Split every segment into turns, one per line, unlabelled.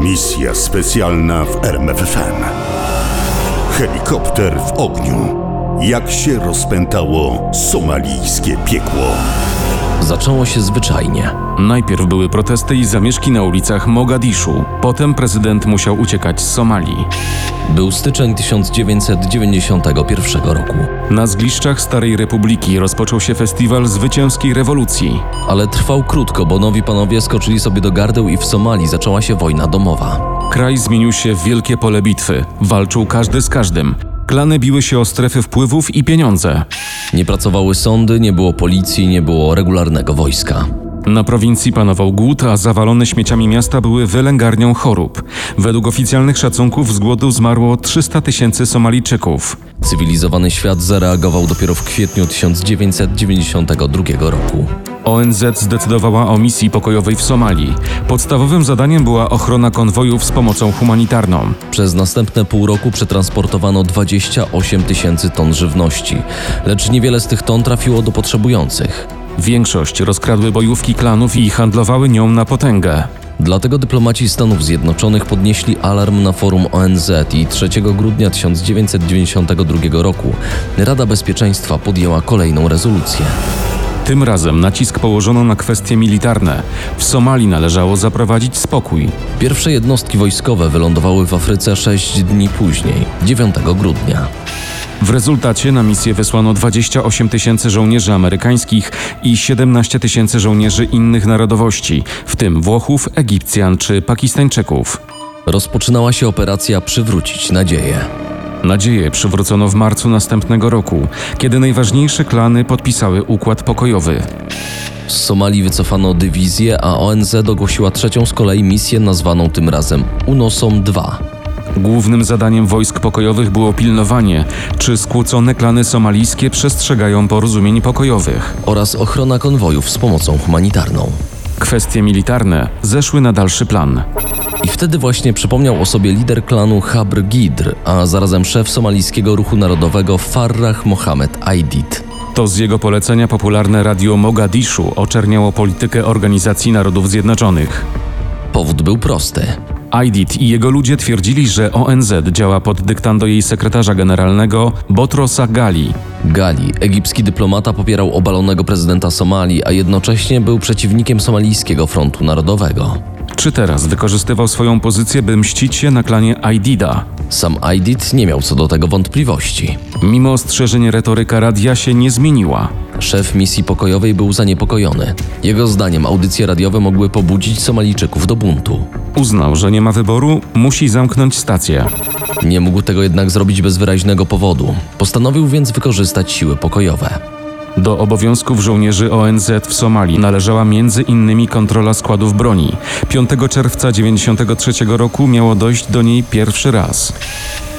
Misja specjalna w RMFFM. Helikopter w ogniu. Jak się rozpętało somalijskie piekło.
Zaczęło się zwyczajnie.
Najpierw były protesty i zamieszki na ulicach Mogadiszu. Potem prezydent musiał uciekać z Somalii.
Był styczeń 1991 roku,
Na zgliszczach Starej Republiki rozpoczął się festiwal zwycięskiej rewolucji.
ale trwał krótko, bo nowi panowie skoczyli sobie do gardeł i w Somalii zaczęła się wojna domowa.
Kraj zmienił się w wielkie pole bitwy. Walczył każdy z każdym. Klany biły się o strefy wpływów i pieniądze.
Nie pracowały sądy, nie było policji, nie było regularnego wojska.
Na prowincji panował głód, a zawalone śmieciami miasta były wylęgarnią chorób. Według oficjalnych szacunków z głodu zmarło 300 tysięcy Somalijczyków.
Cywilizowany świat zareagował dopiero w kwietniu 1992 roku.
ONZ zdecydowała o misji pokojowej w Somalii. Podstawowym zadaniem była ochrona konwojów z pomocą humanitarną.
Przez następne pół roku przetransportowano 28 tysięcy ton żywności, lecz niewiele z tych ton trafiło do potrzebujących.
Większość rozkradły bojówki klanów i handlowały nią na potęgę.
Dlatego dyplomaci Stanów Zjednoczonych podnieśli alarm na forum ONZ i 3 grudnia 1992 roku Rada Bezpieczeństwa podjęła kolejną rezolucję.
Tym razem nacisk położono na kwestie militarne. W Somalii należało zaprowadzić spokój.
Pierwsze jednostki wojskowe wylądowały w Afryce 6 dni później, 9 grudnia.
W rezultacie na misję wysłano 28 tysięcy żołnierzy amerykańskich i 17 tysięcy żołnierzy innych narodowości, w tym Włochów, Egipcjan czy Pakistańczyków.
Rozpoczynała się operacja Przywrócić Nadzieję.
Nadzieję przywrócono w marcu następnego roku, kiedy najważniejsze klany podpisały układ pokojowy.
Z Somalii wycofano dywizję, a ONZ ogłosiła trzecią z kolei misję nazwaną tym razem UNOSOM-2.
Głównym zadaniem wojsk pokojowych było pilnowanie, czy skłócone klany somalijskie przestrzegają porozumień pokojowych.
oraz ochrona konwojów z pomocą humanitarną.
Kwestie militarne zeszły na dalszy plan.
I wtedy właśnie przypomniał o sobie lider klanu Habr Gidr, a zarazem szef somalijskiego ruchu narodowego Farrah Mohamed Aidid.
To z jego polecenia popularne radio Mogadiszu oczerniało politykę Organizacji Narodów Zjednoczonych.
Powód był prosty.
Aidid i jego ludzie twierdzili, że ONZ działa pod dyktando jej sekretarza generalnego Botrosa Gali.
Gali, egipski dyplomata, popierał obalonego prezydenta Somalii, a jednocześnie był przeciwnikiem Somalijskiego Frontu Narodowego.
Czy teraz wykorzystywał swoją pozycję, by mścić się na klanie Aidida?
Sam Aidid nie miał co do tego wątpliwości.
Mimo ostrzeżeń retoryka radia się nie zmieniła.
Szef misji pokojowej był zaniepokojony. Jego zdaniem audycje radiowe mogły pobudzić Somalijczyków do buntu.
Uznał, że nie ma wyboru, musi zamknąć stację.
Nie mógł tego jednak zrobić bez wyraźnego powodu. Postanowił więc wykorzystać siły pokojowe.
Do obowiązków żołnierzy ONZ w Somalii należała między innymi kontrola składów broni. 5 czerwca 1993 roku miało dojść do niej pierwszy raz.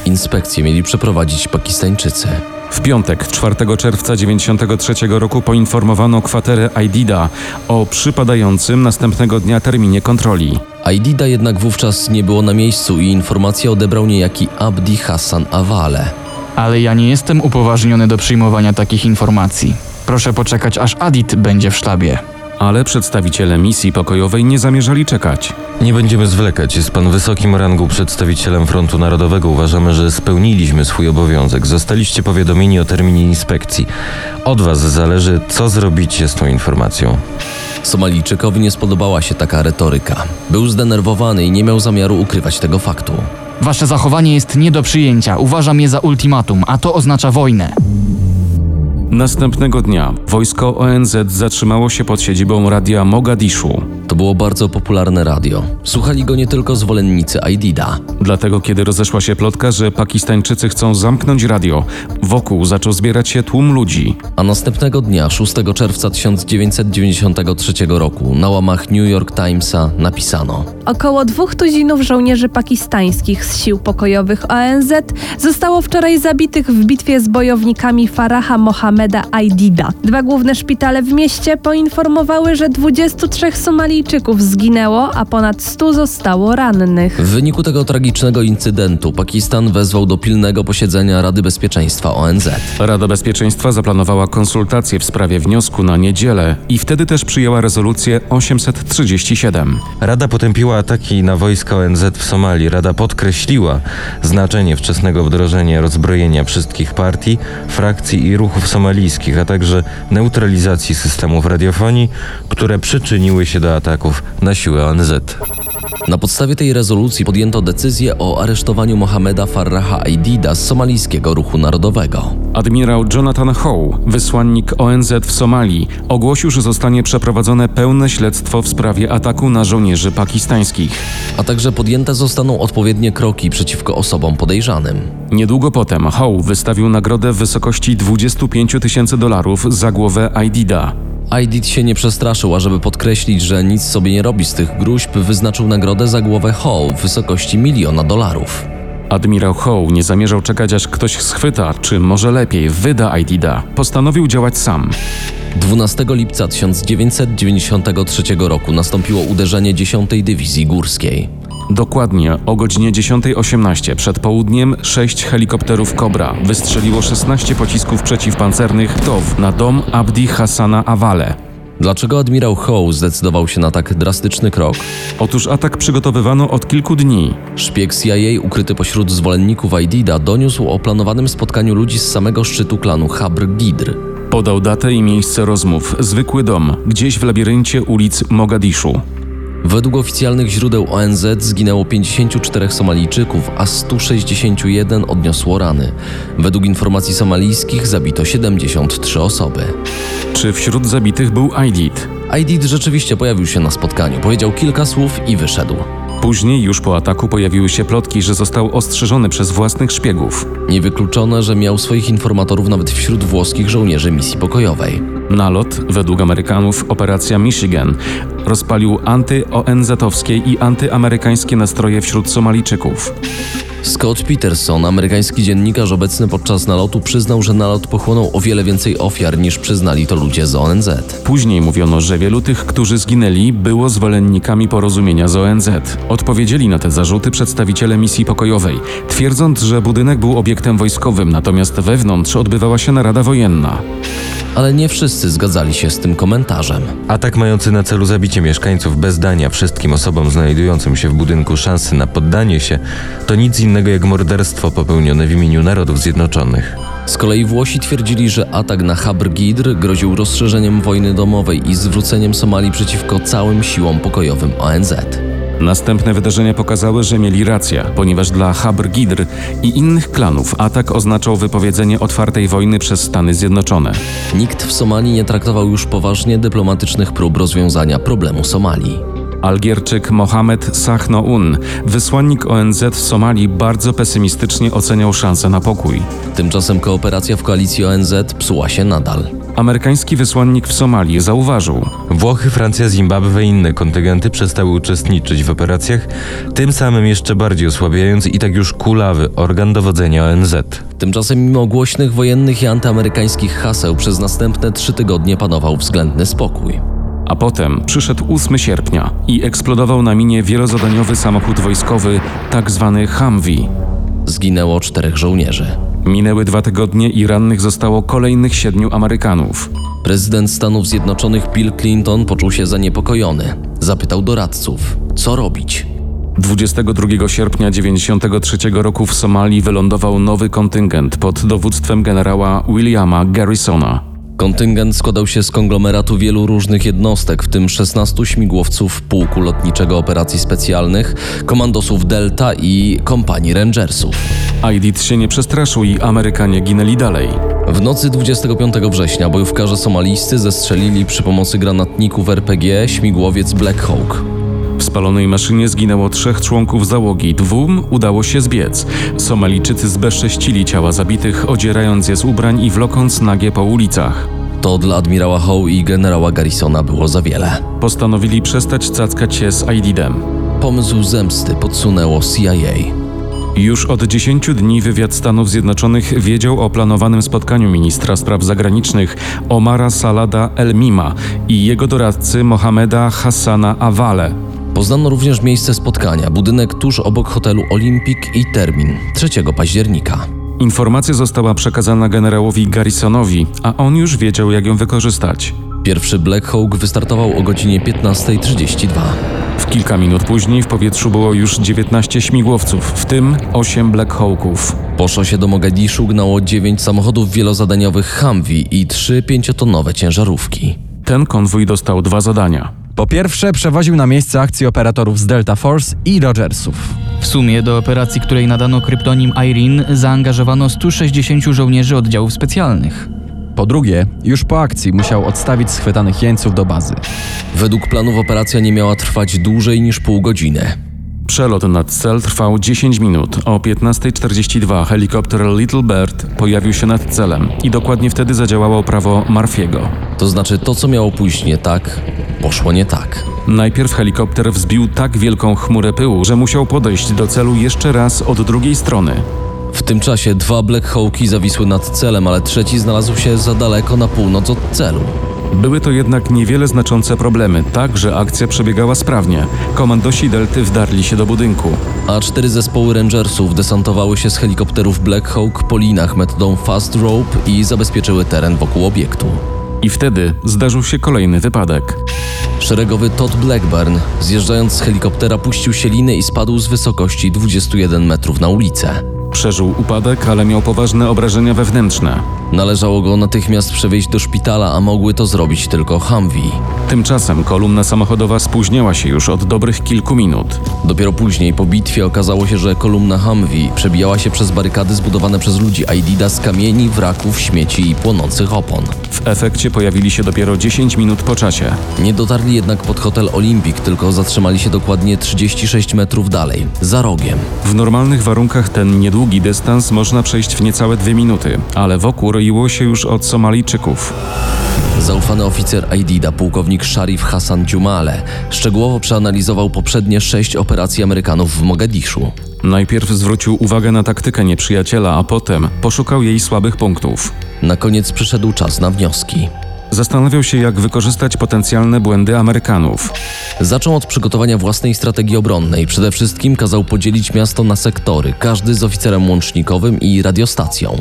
Inspekcje mieli przeprowadzić Pakistańczycy.
W piątek, 4 czerwca 1993 roku poinformowano kwaterę Aidida o przypadającym następnego dnia terminie kontroli.
Aidida jednak wówczas nie było na miejscu i informację odebrał niejaki Abdi Hassan Awale.
Ale ja nie jestem upoważniony do przyjmowania takich informacji. Proszę poczekać, aż Adit będzie w sztabie.
Ale przedstawiciele misji pokojowej nie zamierzali czekać.
Nie będziemy zwlekać. Jest pan wysokim rangu przedstawicielem Frontu Narodowego. Uważamy, że spełniliśmy swój obowiązek. Zostaliście powiadomieni o terminie inspekcji. Od was zależy, co zrobicie z tą informacją.
Somalijczykowi nie spodobała się taka retoryka. Był zdenerwowany i nie miał zamiaru ukrywać tego faktu.
Wasze zachowanie jest nie do przyjęcia. Uważam je za ultimatum, a to oznacza wojnę.
Następnego dnia wojsko ONZ zatrzymało się pod siedzibą radia Mogadiszu.
To było bardzo popularne radio. Słuchali go nie tylko zwolennicy Aidida.
Dlatego, kiedy rozeszła się plotka, że Pakistańczycy chcą zamknąć radio, wokół zaczął zbierać się tłum ludzi.
A następnego dnia, 6 czerwca 1993 roku, na łamach New York Timesa napisano:
Około dwóch tuzinów żołnierzy pakistańskich z sił pokojowych ONZ zostało wczoraj zabitych w bitwie z bojownikami Faraha Mohameda Aidida. Dwa główne szpitale w mieście poinformowały, że 23 Somalijczyków Kenijczyków zginęło, a ponad 100 zostało rannych.
W wyniku tego tragicznego incydentu Pakistan wezwał do pilnego posiedzenia Rady Bezpieczeństwa ONZ.
Rada Bezpieczeństwa zaplanowała konsultacje w sprawie wniosku na niedzielę i wtedy też przyjęła rezolucję 837.
Rada potępiła ataki na wojska ONZ w Somalii. Rada podkreśliła znaczenie wczesnego wdrożenia rozbrojenia wszystkich partii, frakcji i ruchów somalijskich, a także neutralizacji systemów radiofonii, które przyczyniły się do ataków na siły ONZ.
Na podstawie tej rezolucji podjęto decyzję o aresztowaniu Mohameda Farraha Aidida z somalijskiego ruchu narodowego.
Admirał Jonathan Howe, wysłannik ONZ w Somalii, ogłosił, że zostanie przeprowadzone pełne śledztwo w sprawie ataku na żołnierzy pakistańskich.
a także podjęte zostaną odpowiednie kroki przeciwko osobom podejrzanym.
Niedługo potem Howe wystawił nagrodę w wysokości 25 tysięcy dolarów za głowę Aidida.
Aidit się nie przestraszył, a żeby podkreślić, że nic sobie nie robi z tych gruźb, wyznaczył nagrodę za głowę Howe w wysokości miliona dolarów.
Admirał Howe nie zamierzał czekać, aż ktoś schwyta, czy może lepiej wyda Aidida. Postanowił działać sam.
12 lipca 1993 roku nastąpiło uderzenie 10 Dywizji Górskiej.
Dokładnie o godzinie 10.18 przed południem sześć helikopterów Cobra wystrzeliło 16 pocisków przeciwpancernych TOW na dom Abdi Hassana Awale.
Dlaczego admirał Howe zdecydował się na tak drastyczny krok?
Otóż atak przygotowywano od kilku dni.
Szpieg CIA ukryty pośród zwolenników Aidida doniósł o planowanym spotkaniu ludzi z samego szczytu klanu Habr Gidr.
Podał datę i miejsce rozmów. Zwykły dom, gdzieś w labiryncie ulic Mogadiszu.
Według oficjalnych źródeł ONZ zginęło 54 Somalijczyków, a 161 odniosło rany. Według informacji somalijskich zabito 73 osoby.
Czy wśród zabitych był Aidid?
Aidid rzeczywiście pojawił się na spotkaniu, powiedział kilka słów i wyszedł.
Później, już po ataku, pojawiły się plotki, że został ostrzeżony przez własnych szpiegów.
Niewykluczone, że miał swoich informatorów nawet wśród włoskich żołnierzy misji pokojowej.
Nalot, według Amerykanów operacja Michigan, rozpalił anty-ONZ-owskie i antyamerykańskie nastroje wśród Somalijczyków.
Scott Peterson, amerykański dziennikarz obecny podczas nalotu, przyznał, że nalot pochłonął o wiele więcej ofiar niż przyznali to ludzie z ONZ.
Później mówiono, że wielu tych, którzy zginęli, było zwolennikami porozumienia z ONZ. Odpowiedzieli na te zarzuty przedstawiciele misji pokojowej, twierdząc, że budynek był obiektem wojskowym, natomiast wewnątrz odbywała się narada wojenna.
Ale nie wszyscy zgadzali się z tym komentarzem.
Atak mający na celu zabicie mieszkańców bez dania wszystkim osobom znajdującym się w budynku szansy na poddanie się to nic innego jak morderstwo popełnione w imieniu Narodów Zjednoczonych.
Z kolei Włosi twierdzili, że atak na Habr Gidr groził rozszerzeniem wojny domowej i zwróceniem Somalii przeciwko całym siłom pokojowym ONZ.
Następne wydarzenia pokazały, że mieli rację, ponieważ dla Habr Gidr i innych klanów atak oznaczał wypowiedzenie otwartej wojny przez Stany Zjednoczone.
Nikt w Somalii nie traktował już poważnie dyplomatycznych prób rozwiązania problemu Somalii.
Algierczyk Mohamed Sahnoun, wysłannik ONZ w Somalii, bardzo pesymistycznie oceniał szansę na pokój.
Tymczasem kooperacja w koalicji ONZ psuła się nadal.
Amerykański wysłannik w Somalii zauważył,
Włochy, Francja, Zimbabwe i inne kontyngenty przestały uczestniczyć w operacjach, tym samym jeszcze bardziej osłabiając i tak już kulawy organ dowodzenia ONZ.
Tymczasem mimo głośnych wojennych i antyamerykańskich haseł przez następne trzy tygodnie panował względny spokój.
a potem przyszedł 8 sierpnia i eksplodował na minie wielozadaniowy samochód wojskowy, tak zwany Humvee.
Zginęło czterech żołnierzy.
Minęły dwa tygodnie i rannych zostało kolejnych siedmiu Amerykanów.
Prezydent Stanów Zjednoczonych Bill Clinton poczuł się zaniepokojony. Zapytał doradców, co robić.
22 sierpnia 93 roku w Somalii wylądował nowy kontyngent pod dowództwem generała Williama Garrisona.
Kontyngent składał się z konglomeratu wielu różnych jednostek, w tym 16 śmigłowców Pułku Lotniczego Operacji Specjalnych, komandosów Delta i kompanii Rangersów.
Aidid się nie przestraszył i Amerykanie ginęli dalej.
W nocy 25 września bojówkarze somalijscy zestrzelili przy pomocy granatników RPG śmigłowiec Black Hawk.
W spalonej maszynie zginęło trzech członków załogi, dwóm udało się zbiec. Somalijczycy zbezcześcili ciała zabitych, odzierając je z ubrań i wlokąc nagie po ulicach.
To dla admirała Howe i generała Garrisona było za wiele.
Postanowili przestać cackać się z Aididem.
Pomysł zemsty podsunęło CIA.
Już od 10 dni wywiad Stanów Zjednoczonych wiedział o planowanym spotkaniu ministra spraw zagranicznych Omara Salada El-Mima i jego doradcy Mohameda Hassana Awale.
Poznano również miejsce spotkania, budynek tuż obok hotelu Olympic i termin 3 października.
Informacja została przekazana generałowi Garrisonowi, a on już wiedział, jak ją wykorzystać.
Pierwszy Black Hawk wystartował o godzinie 15.32.
W kilka minut później w powietrzu było już 19 śmigłowców, w tym 8 Black Hawków.
Po szosie do Mogadiszu gnało 9 samochodów wielozadaniowych Humvee i 3 pięciotonowe ciężarówki.
Ten konwój dostał dwa zadania.
Po pierwsze, przewoził na miejsce akcji operatorów z Delta Force i Rogersów.
W sumie do operacji, której nadano kryptonim Irene, zaangażowano 160 żołnierzy oddziałów specjalnych.
Po drugie, już po akcji musiał odstawić schwytanych jeńców do bazy.
Według planów operacja nie miała trwać dłużej niż pół godziny.
Przelot nad cel trwał 10 minut. O 15.42 helikopter Little Bird pojawił się nad celem i dokładnie wtedy zadziałało prawo Marfiego.
To znaczy to, co miało pójść nie tak, poszło nie tak.
Najpierw helikopter wzbił tak wielką chmurę pyłu, że musiał podejść do celu jeszcze raz od drugiej strony.
W tym czasie dwa Black Hawki zawisły nad celem, ale trzeci znalazł się za daleko na północ od celu.
Były to jednak niewiele znaczące problemy, tak że akcja przebiegała sprawnie. Komandosi Delty wdarli się do budynku.
A cztery zespoły Rangersów desantowały się z helikopterów Black Hawk po linach metodą fast rope i zabezpieczyły teren wokół obiektu.
I wtedy zdarzył się kolejny wypadek.
Szeregowy Todd Blackburn, zjeżdżając z helikoptera, puścił się liny i spadł z wysokości 21 metrów na ulicę.
Przeżył upadek, ale miał poważne obrażenia wewnętrzne.
Należało go natychmiast przewieźć do szpitala, a mogły to zrobić tylko Humvee.
Tymczasem kolumna samochodowa spóźniała się już od dobrych kilku minut.
Dopiero później po bitwie okazało się, że kolumna Humvee przebijała się przez barykady zbudowane przez ludzi Aidida z kamieni, wraków, śmieci i płonących opon.
W efekcie pojawili się dopiero 10 minut po czasie.
Nie dotarli jednak pod hotel Olympic, tylko zatrzymali się dokładnie 36 metrów dalej, za rogiem.
W normalnych warunkach ten niedługi dystans można przejść w niecałe dwie minuty, ale wokół roiło się już od Somalijczyków.
Zaufany oficer Aidida, pułkownik Sharif Hassan Dziumale, szczegółowo przeanalizował poprzednie sześć operacji Amerykanów w Mogadiszu.
Najpierw zwrócił uwagę na taktykę nieprzyjaciela, a potem poszukał jej słabych punktów.
Na koniec przyszedł czas na wnioski.
Zastanawiał się, jak wykorzystać potencjalne błędy Amerykanów.
Zaczął od przygotowania własnej strategii obronnej. Przede wszystkim kazał podzielić miasto na sektory, każdy z oficerem łącznikowym i radiostacją.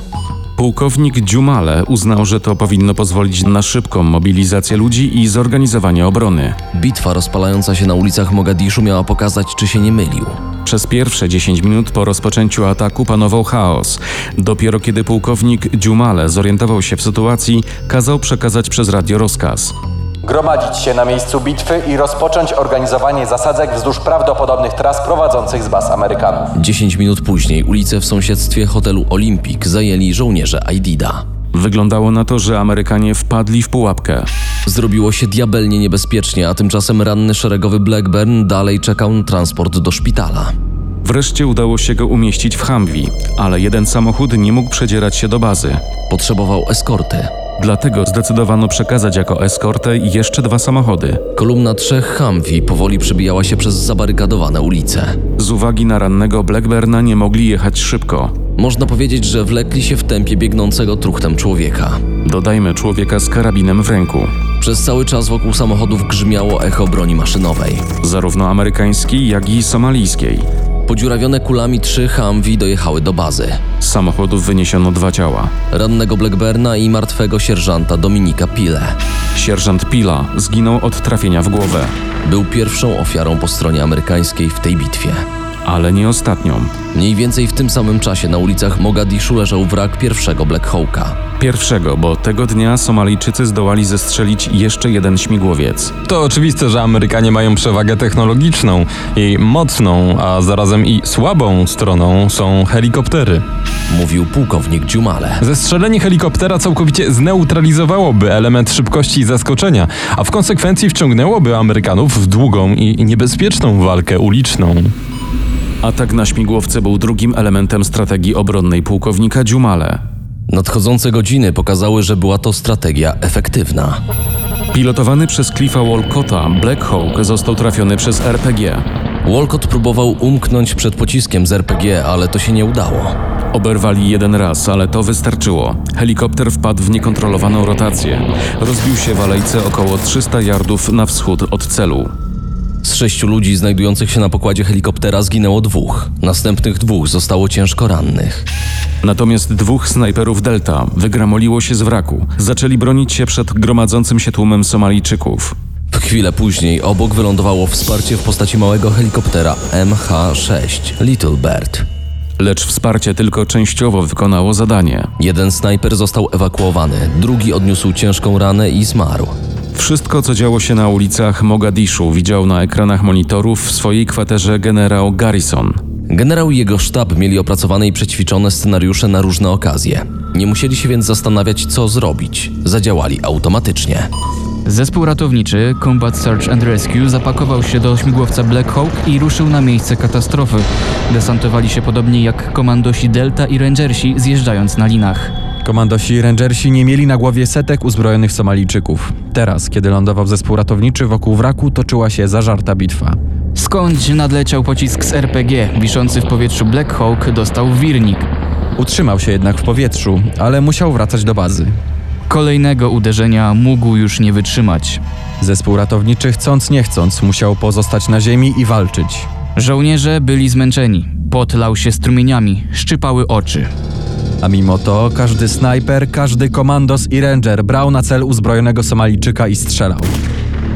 Pułkownik Dziumale uznał, że to powinno pozwolić na szybką mobilizację ludzi i zorganizowanie obrony.
Bitwa rozpalająca się na ulicach Mogadiszu miała pokazać, czy się nie mylił.
Przez pierwsze 10 minut po rozpoczęciu ataku panował chaos. Dopiero kiedy pułkownik Dziumale zorientował się w sytuacji, kazał przekazać przez radio rozkaz.
gromadzić się na miejscu bitwy i rozpocząć organizowanie zasadzek wzdłuż prawdopodobnych tras prowadzących z baz Amerykanów.
10 minut później ulice w sąsiedztwie hotelu Olympic zajęli żołnierze Aidida.
Wyglądało na to, że Amerykanie wpadli w pułapkę.
Zrobiło się diabelnie niebezpiecznie, a tymczasem ranny szeregowy Blackburn dalej czekał na transport do szpitala.
Wreszcie udało się go umieścić w Humvee, ale jeden samochód nie mógł przedzierać się do bazy.
Potrzebował eskorty.
Dlatego zdecydowano przekazać jako eskortę jeszcze dwa samochody.
Kolumna trzech Humvee powoli przebijała się przez zabarykadowane ulice.
Z uwagi na rannego Blackburna nie mogli jechać szybko.
Można powiedzieć, że wlekli się w tempie biegnącego truchtem człowieka.
Dodajmy człowieka z karabinem w ręku.
Przez cały czas wokół samochodów grzmiało echo broni maszynowej.
zarówno amerykańskiej, jak i somalijskiej.
Podziurawione kulami trzy Humvee dojechały do bazy.
Z samochodów wyniesiono dwa ciała.
Rannego Blackburna i martwego sierżanta Dominika Pile.
Sierżant Pila zginął od trafienia w głowę,
Był pierwszą ofiarą po stronie amerykańskiej w tej bitwie.
ale nie ostatnią.
Mniej więcej w tym samym czasie na ulicach Mogadiszu leżał wrak pierwszego Black Hawka.
Pierwszego, bo tego dnia Somalijczycy zdołali zestrzelić jeszcze jeden śmigłowiec.
To oczywiste, że Amerykanie mają przewagę technologiczną. Jej mocną, a zarazem i słabą stroną są helikoptery.
Mówił pułkownik Dziumale.
Zestrzelenie helikoptera całkowicie zneutralizowałoby element szybkości i zaskoczenia, a w konsekwencji wciągnęłoby Amerykanów w długą i niebezpieczną walkę uliczną.
Atak na śmigłowce był drugim elementem strategii obronnej pułkownika Dziumale.
Nadchodzące godziny pokazały, że była to strategia efektywna.
Pilotowany przez Cliffa Walcotta, Black Hawk został trafiony przez RPG.
Walcott próbował umknąć przed pociskiem z RPG, ale to się nie udało.
Oberwali jeden raz, ale to wystarczyło. Helikopter wpadł w niekontrolowaną rotację. Rozbił się w alejce około 300 yardów na wschód od celu.
Z sześciu ludzi znajdujących się na pokładzie helikoptera zginęło dwóch. Następnych dwóch zostało ciężko rannych.
Natomiast dwóch snajperów Delta wygramoliło się z wraku. Zaczęli bronić się przed gromadzącym się tłumem Somalijczyków.
W chwilę później obok wylądowało wsparcie w postaci małego helikoptera MH-6 Little Bird.
Lecz wsparcie tylko częściowo wykonało zadanie.
Jeden snajper został ewakuowany, drugi odniósł ciężką ranę i zmarł.
Wszystko, co działo się na ulicach Mogadiszu, widział na ekranach monitorów w swojej kwaterze generał Garrison.
Generał i jego sztab mieli opracowane i przećwiczone scenariusze na różne okazje. Nie musieli się więc zastanawiać, co zrobić. Zadziałali automatycznie.
Zespół ratowniczy Combat Search and Rescue zapakował się do śmigłowca Black Hawk i ruszył na miejsce katastrofy. Desantowali się podobnie jak komandosi Delta i Rangersi zjeżdżając na linach.
Komandosi i rangersi nie mieli na głowie setek uzbrojonych Somalijczyków. Teraz, kiedy lądował zespół ratowniczy, wokół wraku toczyła się zażarta bitwa.
Skądś nadleciał pocisk z RPG, wiszący w powietrzu Black Hawk dostał wirnik.
Utrzymał się jednak w powietrzu, ale musiał wracać do bazy.
Kolejnego uderzenia mógł już nie wytrzymać.
Zespół ratowniczy, chcąc nie chcąc, musiał pozostać na ziemi i walczyć.
Żołnierze byli zmęczeni. Pot lał się strumieniami, szczypały oczy.
A mimo to każdy snajper, każdy komandos i ranger brał na cel uzbrojonego Somalijczyka i strzelał.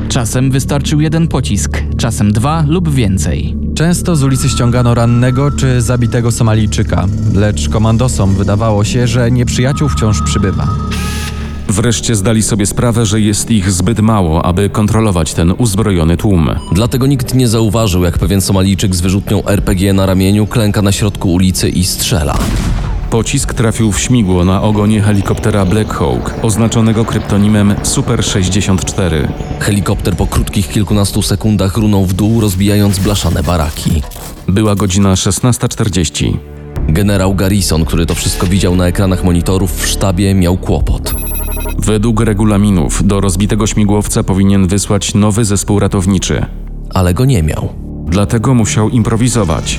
Czasem wystarczył jeden pocisk, czasem dwa lub więcej.
Często z ulicy ściągano rannego czy zabitego Somalijczyka, lecz komandosom wydawało się, że nieprzyjaciół wciąż przybywa.
Wreszcie zdali sobie sprawę, że jest ich zbyt mało, aby kontrolować ten uzbrojony tłum.
Dlatego nikt nie zauważył, jak pewien Somalijczyk z wyrzutnią RPG na ramieniu klęka na środku ulicy i strzela.
Pocisk trafił w śmigło na ogonie helikoptera Black Hawk, oznaczonego kryptonimem Super 64.
Helikopter po krótkich kilkunastu sekundach runął w dół, rozbijając blaszane baraki.
Była godzina 16.40.
Generał Garrison, który to wszystko widział na ekranach monitorów w sztabie, miał kłopot.
Według regulaminów do rozbitego śmigłowca powinien wysłać nowy zespół ratowniczy.
Ale go nie miał.
Dlatego musiał improwizować.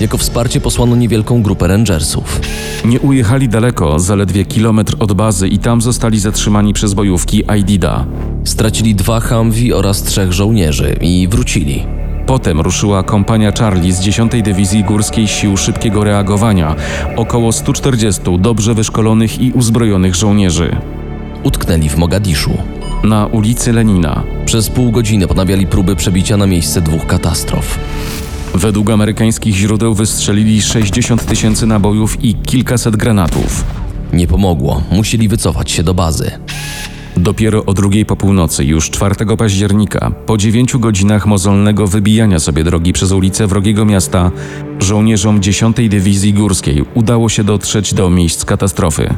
Jako wsparcie posłano niewielką grupę rangersów.
Nie ujechali daleko, zaledwie kilometr od bazy i tam zostali zatrzymani przez bojówki Aidida.
Stracili dwa Humvee oraz trzech żołnierzy i wrócili.
Potem ruszyła kompania Charlie z 10 Dywizji Górskiej Sił Szybkiego Reagowania, około 140 dobrze wyszkolonych i uzbrojonych żołnierzy.
Utknęli w Mogadiszu.
Na ulicy Lenina.
Przez pół godziny ponawiali próby przebicia na miejsce dwóch katastrof.
Według amerykańskich źródeł wystrzelili 60 tysięcy nabojów i kilkaset granatów.
Nie pomogło, musieli wycofać się do bazy.
Dopiero o drugiej po północy, już 4 października, po 9 godzinach mozolnego wybijania sobie drogi przez ulice wrogiego miasta, żołnierzom 10 Dywizji Górskiej udało się dotrzeć do miejsc katastrofy.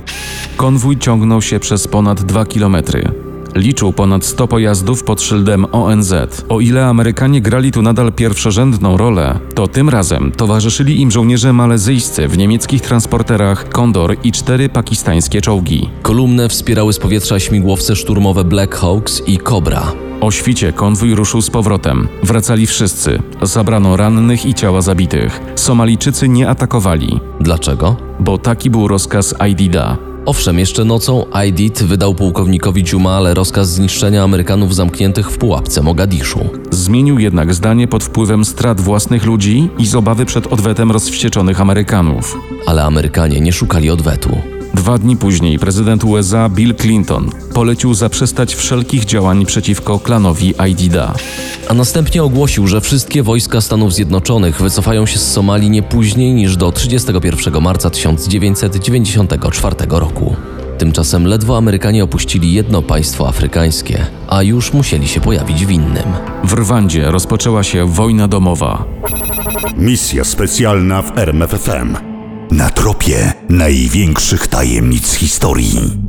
Konwój ciągnął się przez ponad 2 kilometry. Liczył ponad 100 pojazdów pod szyldem ONZ. O ile Amerykanie grali tu nadal pierwszorzędną rolę, to tym razem towarzyszyli im żołnierze malezyjscy w niemieckich transporterach Kondor i cztery pakistańskie czołgi.
Kolumnę wspierały z powietrza śmigłowce szturmowe Black Hawks i Cobra.
O świcie konwój ruszył z powrotem. Wracali wszyscy. Zabrano rannych i ciała zabitych. Somalijczycy nie atakowali,
Dlaczego?
bo taki był rozkaz Aidida.
Owszem, jeszcze nocą Aidid wydał pułkownikowi Dziumale rozkaz zniszczenia Amerykanów zamkniętych w pułapce Mogadiszu.
Zmienił jednak zdanie pod wpływem strat własnych ludzi i z obawy przed odwetem rozwścieczonych Amerykanów.
Ale Amerykanie nie szukali odwetu.
Dwa dni później prezydent USA Bill Clinton polecił zaprzestać wszelkich działań przeciwko klanowi Aidida.
A następnie ogłosił, że wszystkie wojska Stanów Zjednoczonych wycofają się z Somalii nie później niż do 31 marca 1994 roku. Tymczasem ledwo Amerykanie opuścili jedno państwo afrykańskie, a już musieli się pojawić w innym.
W Rwandzie rozpoczęła się wojna domowa.
Misja specjalna w RMFFM. Na tropie największych tajemnic historii.